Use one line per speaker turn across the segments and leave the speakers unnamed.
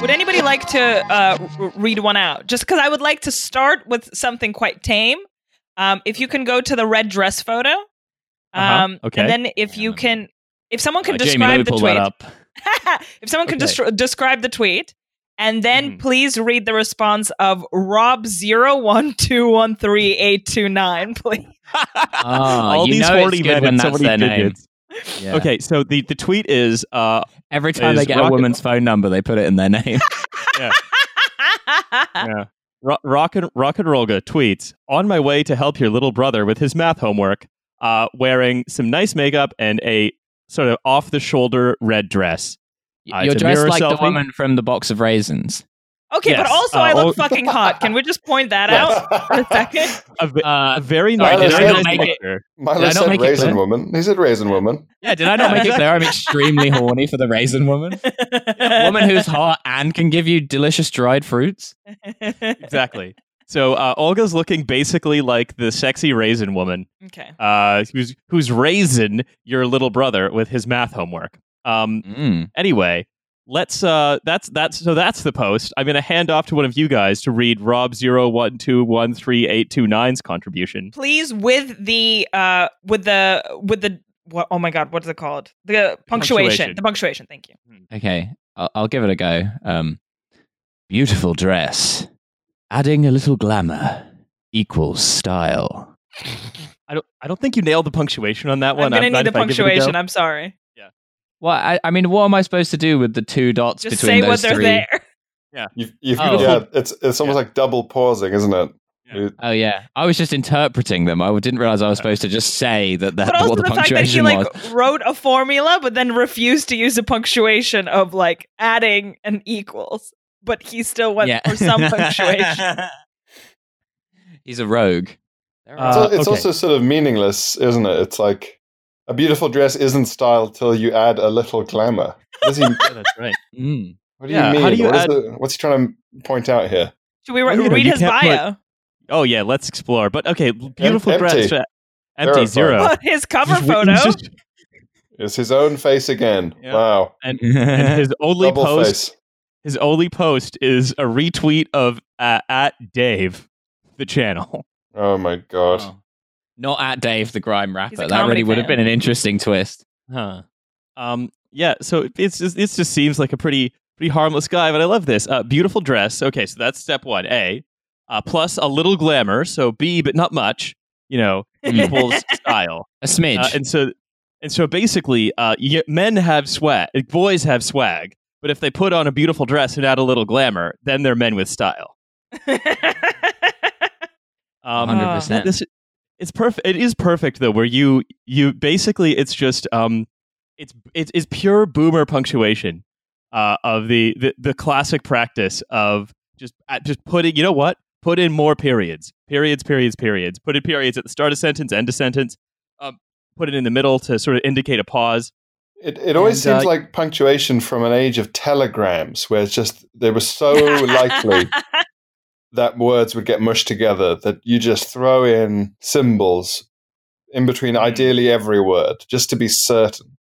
Would anybody like to uh, r- read one out? Just because I would like to start with something quite tame. Um, if you can go to the red dress photo,
Uh-huh,
um,
okay.
and then if you
Yeah.
can, if someone can
Uh, Jamie, let
describe
me
the
pull
tweet,
that up.
if someone can
Okay. Mm-hmm.
destro- describe the tweet, and then
Mhm.
please read the response of Rob zero one two one three eight two nine, please.
All
Uh, Ah, you
these
know
horny
it's good
men
when
and so
that's
many
their name.
digits.
Yeah.
Okay, so the, the tweet is uh,
Every time they
Is
get a
rocket-
woman's phone number, they put it in their name.
yeah. Ro- Rock and Rock and Rolga tweets on my way to help your little brother with his math homework, uh, wearing some nice makeup and a sort of off the shoulder red dress. Uh,
You're
it's a
dressed
mirror
like the
selfie.
woman from the box of raisins.
Okay, but
Yes.
also
Uh,
I look
oh-
fucking hot. Can we just point that out for a second?
A, ve-
Uh,
a very
I
nice,
don't
very
know.
nice
Make it-
picture.
Did I
Milo
not
said
make it
raisin
clear?
woman. He said raisin woman.
yeah, did I not make it clear? I'm extremely horny for the raisin woman. Woman who's hot and can give you delicious dried fruits.
Exactly. So uh, Olga's looking basically like the sexy raisin woman
okay.
uh, who's who's raisin your little brother with his math homework. Um,
Mm.
anyway let's uh that's that's so that's the post i'm going to hand off to one of you guys to read rob 012138829's contribution
Please with the uh with the with the what oh my god, what is it called? The punctuation.
Punctuation.
The punctuation, thank you.
Okay, I'll, I'll give it a go. Um, beautiful dress, adding a little glamour equals style.
i don't i don't think you nailed the punctuation on that
I'm
one
gonna
glad
need the
if I give it a go.
punctuation, I'm sorry.
Well, I, I mean, what am I supposed to do with the two dots
Just
between
say
those
what they're
three?
there.
You've, you've,
Oh.
Yeah, it's it's almost like double pausing, isn't it?
Yeah.
You-
Oh yeah, I was just interpreting them. I didn't realize I was supposed to just say that that
But also
what the,
the fact that he
punctuation
like
was.
wrote a formula but then refused to use the punctuation of like adding and equals. But he still went for some punctuation.
He's a rogue. There
Uh,
It's, al- it's
okay.
also sort of meaningless, isn't it? It's like a beautiful dress isn't style till you add a little glamour. What, does he,
yeah, that's right
Mm.
what do
Yeah,
you
how
mean?
do you
What is
add-
the, what's he trying to point out here?
Should we
Well,
re-
you know,
read
you
his
can't put-
bio?
oh yeah let's explore but okay beautiful
Em- empty.
dress uh, empty
Verified.
zero
But his cover
oh. Just-
photo.
it's just-
It's his own face again.
Yeah.
Wow.
and his only
double
post
face.
his only post is a retweet of uh, at dave the channel
Oh my god.
Oh. Not at Dave the Grime rapper.
He's a
That
comedy
really would have
fan.
been an interesting twist.
Huh. Um. Yeah. So it's just it just seems like a pretty pretty harmless guy, but I love this. Uh, beautiful dress. Okay, so that's step one. A. Uh, plus a little glamour. So B, but not much. You know,
Mm.
equals style.
A smidge.
Uh, and so and so basically, uh, you get- men have swag, boys have swag, but if they put on a beautiful dress and add a little glamour, then they're men with style. Um,
100%.
this it's perfect it is perfect though where you you basically it's just um it's it's, it's pure boomer punctuation uh of the, the the classic practice of just uh, just putting you know what put in more periods periods periods periods put in periods at the start of sentence end of sentence um, put it in the middle to sort of indicate a pause
It, it always
And, uh,
seems like punctuation from an age of telegrams where it's just they were so Oh, likely that words would get mushed together that you just throw in symbols in between ideally every word just to be certain.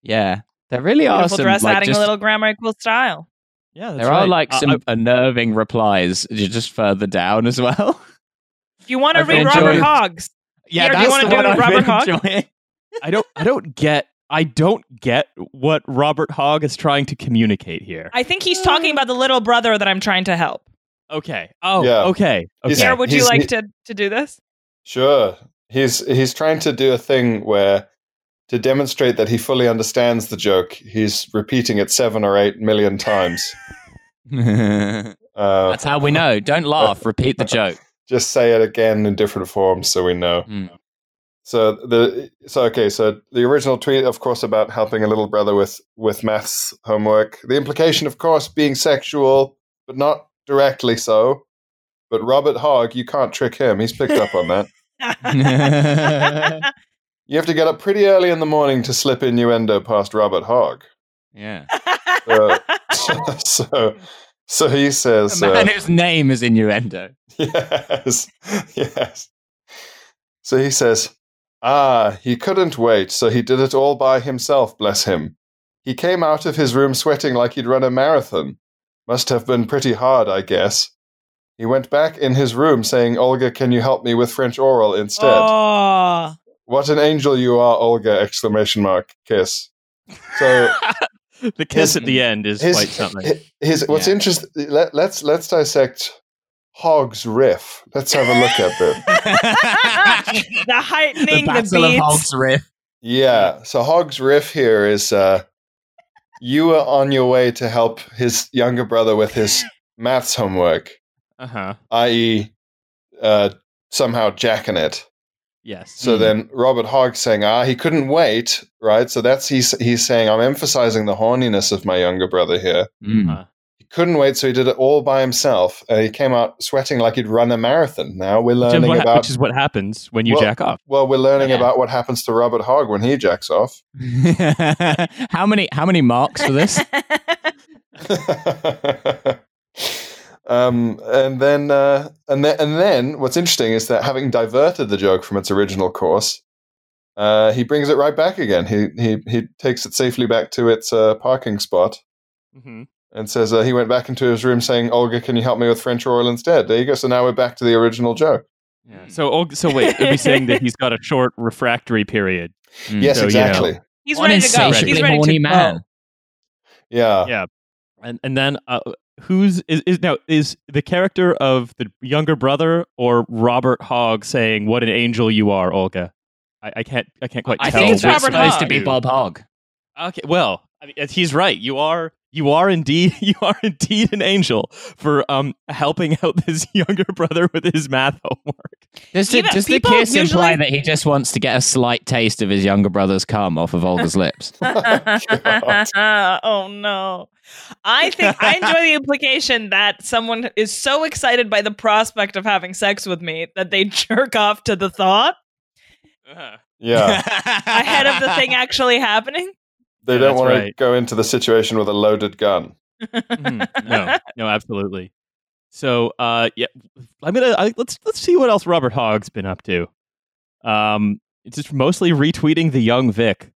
yeah. There really are
Beautiful
some
dress
like,
adding
just-
a little grammar equals style.
yeah
there are like
Uh,
some unnerving replies j- just further down as well.
If you want to
I've
read
been
Robert
enjoying-
Hoggs,
yeah,
Here, do you
that's
wanna
the
do
one I've
Robert
been
Hogg?
enjoying.
I don't i don't get i don't get what robert hogg is trying to communicate here
I think he's talking about the little brother that I'm trying to help.
okay oh
Yeah.
okay okay
He's-
Pierre, would you
he's-
like to, to do this?
Sure. He's he's trying to do a thing where to demonstrate that he fully understands the joke, he's repeating it 7 or 8 million times. Uh,
that's how we know. Don't laugh. Repeat the joke.
just say it again in different forms so we know.
Mm.
So the so okay, so the original tweet, of course, about helping a little brother with with maths homework. The implication, of course, being sexual, but not directly so. But Robert Hogg, you can't trick him. He's picked up on that. You have to get up pretty early in the morning to slip innuendo past Robert Hogg.
Yeah.
Uh, so so he says
A
uh,
man whose name is innuendo.
yes, yes. So he says, Ah, he couldn't wait, so he did it all by himself, bless him. He came out of his room sweating like he'd run a marathon. Must have been pretty hard, I guess. He went back in his room saying, Olga, can you help me with French oral instead?
Oh,
What an angel you are, Olga! Exclamation mark. Kiss. So
the kiss
His-
at the end is
his,
quite something.
hi- his what's
Yeah.
interesting. Let, let's let's dissect Hog's riff. Let's have a look at them.
the
the heightening, the,
Battle of
beats.
Hogs Riff.
Yeah. So Hog's riff here is uh, you were on your way to help his younger brother with his maths homework,
Uh huh.
i.e., uh, somehow jacking it.
Yes. Hmm.
So
Mm.
then Robert Hogg saying, ah, he couldn't wait, right? So that's he's he's saying, I'm emphasizing the horniness of my younger brother here.
Hmm.
Mm.
He couldn't wait, so he did it all by himself. And he came out sweating like he'd run a marathon. Now we're
Which is
learning
what-
about
which is what happens when you
Well-
jack off.
well, we're learning
Yeah.
about what happens to Robert Hogg when he jacks off.
how many how many marks for this?
um, and then uh, and then and then what's interesting is that having diverted the joke from its original course, uh, he brings it right back again. He he he takes it safely back to its uh, parking spot.
Mm-hmm.
and says uh, he went back into his room saying, "Olga, can you help me with French oil instead?" There you go. So now we're back to the original joke.
Yeah. So Olga- so wait, are we saying that he's got a short refractory period?
Mm.
yes,
So, you know.
exactly.
He's
One
ready to go.
insatiably
He's ready
horny
to
man.
go.
Yeah.
Yeah. And and then uh, who's is, is now is the character of the younger brother or Robert Hogg saying what an angel you are, Olga? I, I can't I can't quite
I
tell.
think it's
we're
which
supposed
Robert
side
to
Hogg.
be
do.
Bob Hogg.
Okay, well, I mean, yes, he's right. You are you are indeed you are indeed an angel for um helping out this younger brother with his math homework.
Does the,
Even
does the
people
kiss imply
usually-
that he just wants to get a slight taste of his younger brother's cum off of Olga's lips?
oh no. I think I enjoy the implication that someone is so excited by the prospect of having sex with me that they jerk off to the thought
Yeah.
ahead of the thing actually happening.
They
Yeah,
don't
that's
want to
right.
go into the situation with a loaded gun.
Mhm. no, no, absolutely. So, uh, yeah, I'm gonna I, let's let's see what else Robert Hogg's been up to. Um, it's just mostly retweeting the young Vic.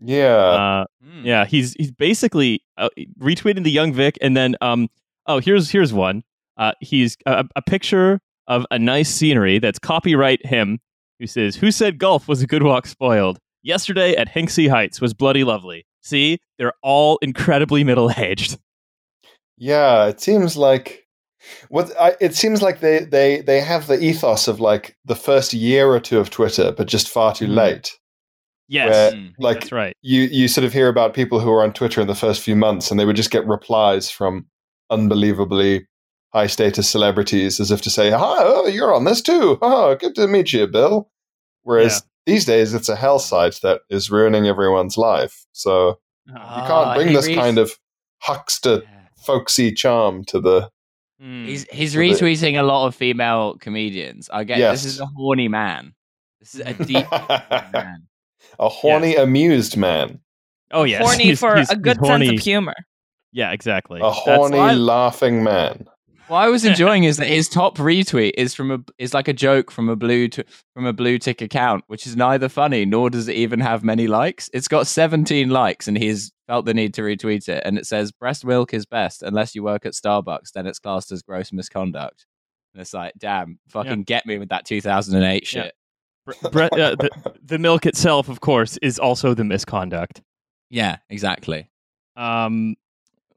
Yeah.
Uh,
Mm.
Hmm.
yeah, he's he's basically uh, retweeting the young Vic, and then um, oh, here's here's one. Uh, he's a, a picture of a nice scenery that's copyright him. Who says who said golf was a good walk spoiled? Yesterday at Hinksey Heights was bloody lovely. See, they're all incredibly middle aged.
yeah. It seems like what I, it seems like they they they have the ethos of like the first year or two of Twitter, but just far too
Mm.
late.
Mm-hmm. Yes, Mm-hmm.
Where, like
that's right.
you you sort of hear about people who are on Twitter in the first few months, and they would just get replies from unbelievably high status celebrities, as if to say, "Hi, oh, you're on this too. Oh, good to meet you, Bill." Whereas these days, it's a hell site that is ruining everyone's life. So you can't
Ah,
Ah,
bring this kind of huckster, folksy charm to the.
Hmm.
He's he's
So the-
retweeting a lot of female comedians. I get
Yes.
this is a horny man. This is a deep horny man.
a horny, amused man,
oh yes,
Horny
He's-
for
he's-
a good
he's
sense
horny.
of humor.
Yeah, exactly.
a
That's-
horny,
why-
laughing man.
What I was enjoying is that his top retweet is from a is like a joke from a blue t- from a blue tick account, which is neither funny nor does it even have many likes. It's got 17 likes, and he's felt the need to retweet it. And it says, "Breast milk is best unless you work at Starbucks, then it's classed as gross misconduct." And it's like, damn, fucking get me with that 2008
Yeah.
shit.
Bre- bre- uh, the, the milk itself, of course, is also the misconduct.
Yeah, exactly.
Um,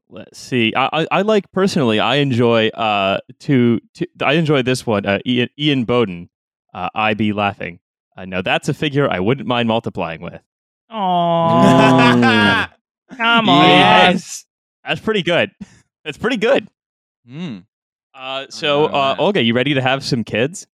let's see. I, I, I like personally. I enjoy uh to, to I enjoy this one. Uh, Ian, Ian Bowden. Uh, I be laughing. Uh, now that's a figure I wouldn't mind multiplying with.
Aww. Come on.
Yes.
That's pretty good. That's pretty good.
Mm.
Uh, so
know,
uh,
man.
Olga, you ready to have some kids?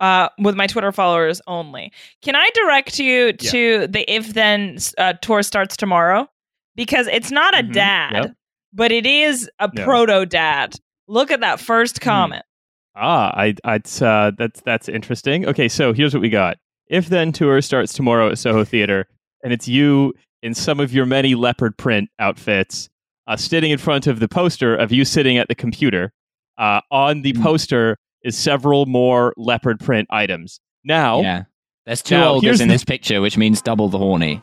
uh, with my Twitter followers only. Can I direct you to the If Then uh, tour starts tomorrow? Because it's not a
Mhm.
dad,
Yep.
but it is a
No.
proto dad. Look at that
Mm.
first comment.
Ah, I, I it's, uh, that's that's interesting. Okay, so here's what we got. If then tour starts tomorrow at Soho Theater, and it's you in some of your many leopard print outfits, uh, sitting in front of the poster of you sitting at the computer. Uh, on the
Hmm.
poster is several more leopard print items. Now,
Yeah. There's two
Now,
Olgas
here's
in
the-
this picture, which means double the horny.